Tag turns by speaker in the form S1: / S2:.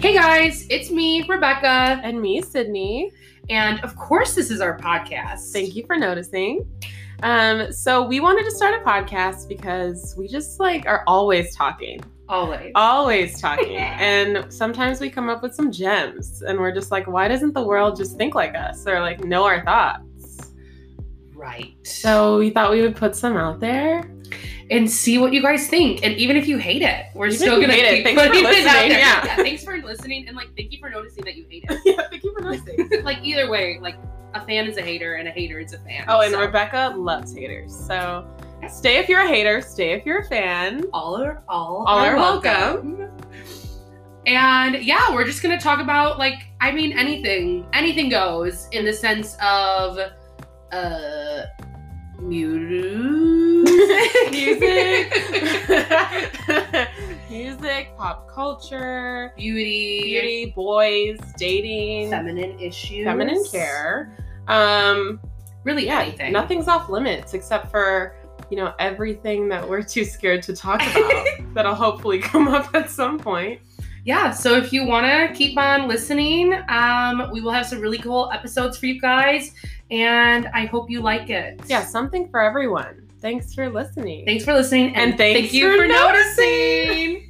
S1: Hey guys, it's me, Rebecca.
S2: And me, Sydney.
S1: And of course, this is our podcast.
S2: Thank you for noticing. Um, so we wanted to start a podcast because we just like are always talking,
S1: Always.
S2: Uh, always talking. and sometimes we come up with some gems and we're just like, why doesn't the world just think like us or like know our thoughts?
S1: right.
S2: So we thought we would put some out there.
S1: and see what you guys think. And even if you hate it, we're
S2: Even
S1: still
S2: if you
S1: gonna
S2: hate it,
S1: keep
S2: thanks for
S1: putting it out
S2: listening,
S1: there.
S2: yeah.
S1: Thanks for listening, and like, thank you for noticing that you hate it.
S2: yeah, thank you for noticing.
S1: like either way, like a fan is a hater, and a hater is a fan.
S2: Oh, and
S1: so.
S2: Rebecca loves haters. So stay if you're a hater, stay if you're a fan.
S1: all are all,
S2: All
S1: are
S2: are
S1: welcome. And yeah, we're just gonna talk about like I mean anything, anything goes in the sense of uh music,
S2: Music. Music, pop culture,
S1: beauty,
S2: beauty, boys, dating,
S1: feminine issues,
S2: feminine care. Um,
S1: really
S2: yeah,
S1: anything.
S2: nothing's off limits except for you know everything that we're too scared to talk about that'll hopefully come up at some point.
S1: yeah so if you want to keep on listening um, we will have some really cool episodes for you guys and i hope you like it
S2: Yeah, something for everyone. Thanks for listening.
S1: thanks for listening
S2: and thanks
S1: thank you for,
S2: for
S1: noticing.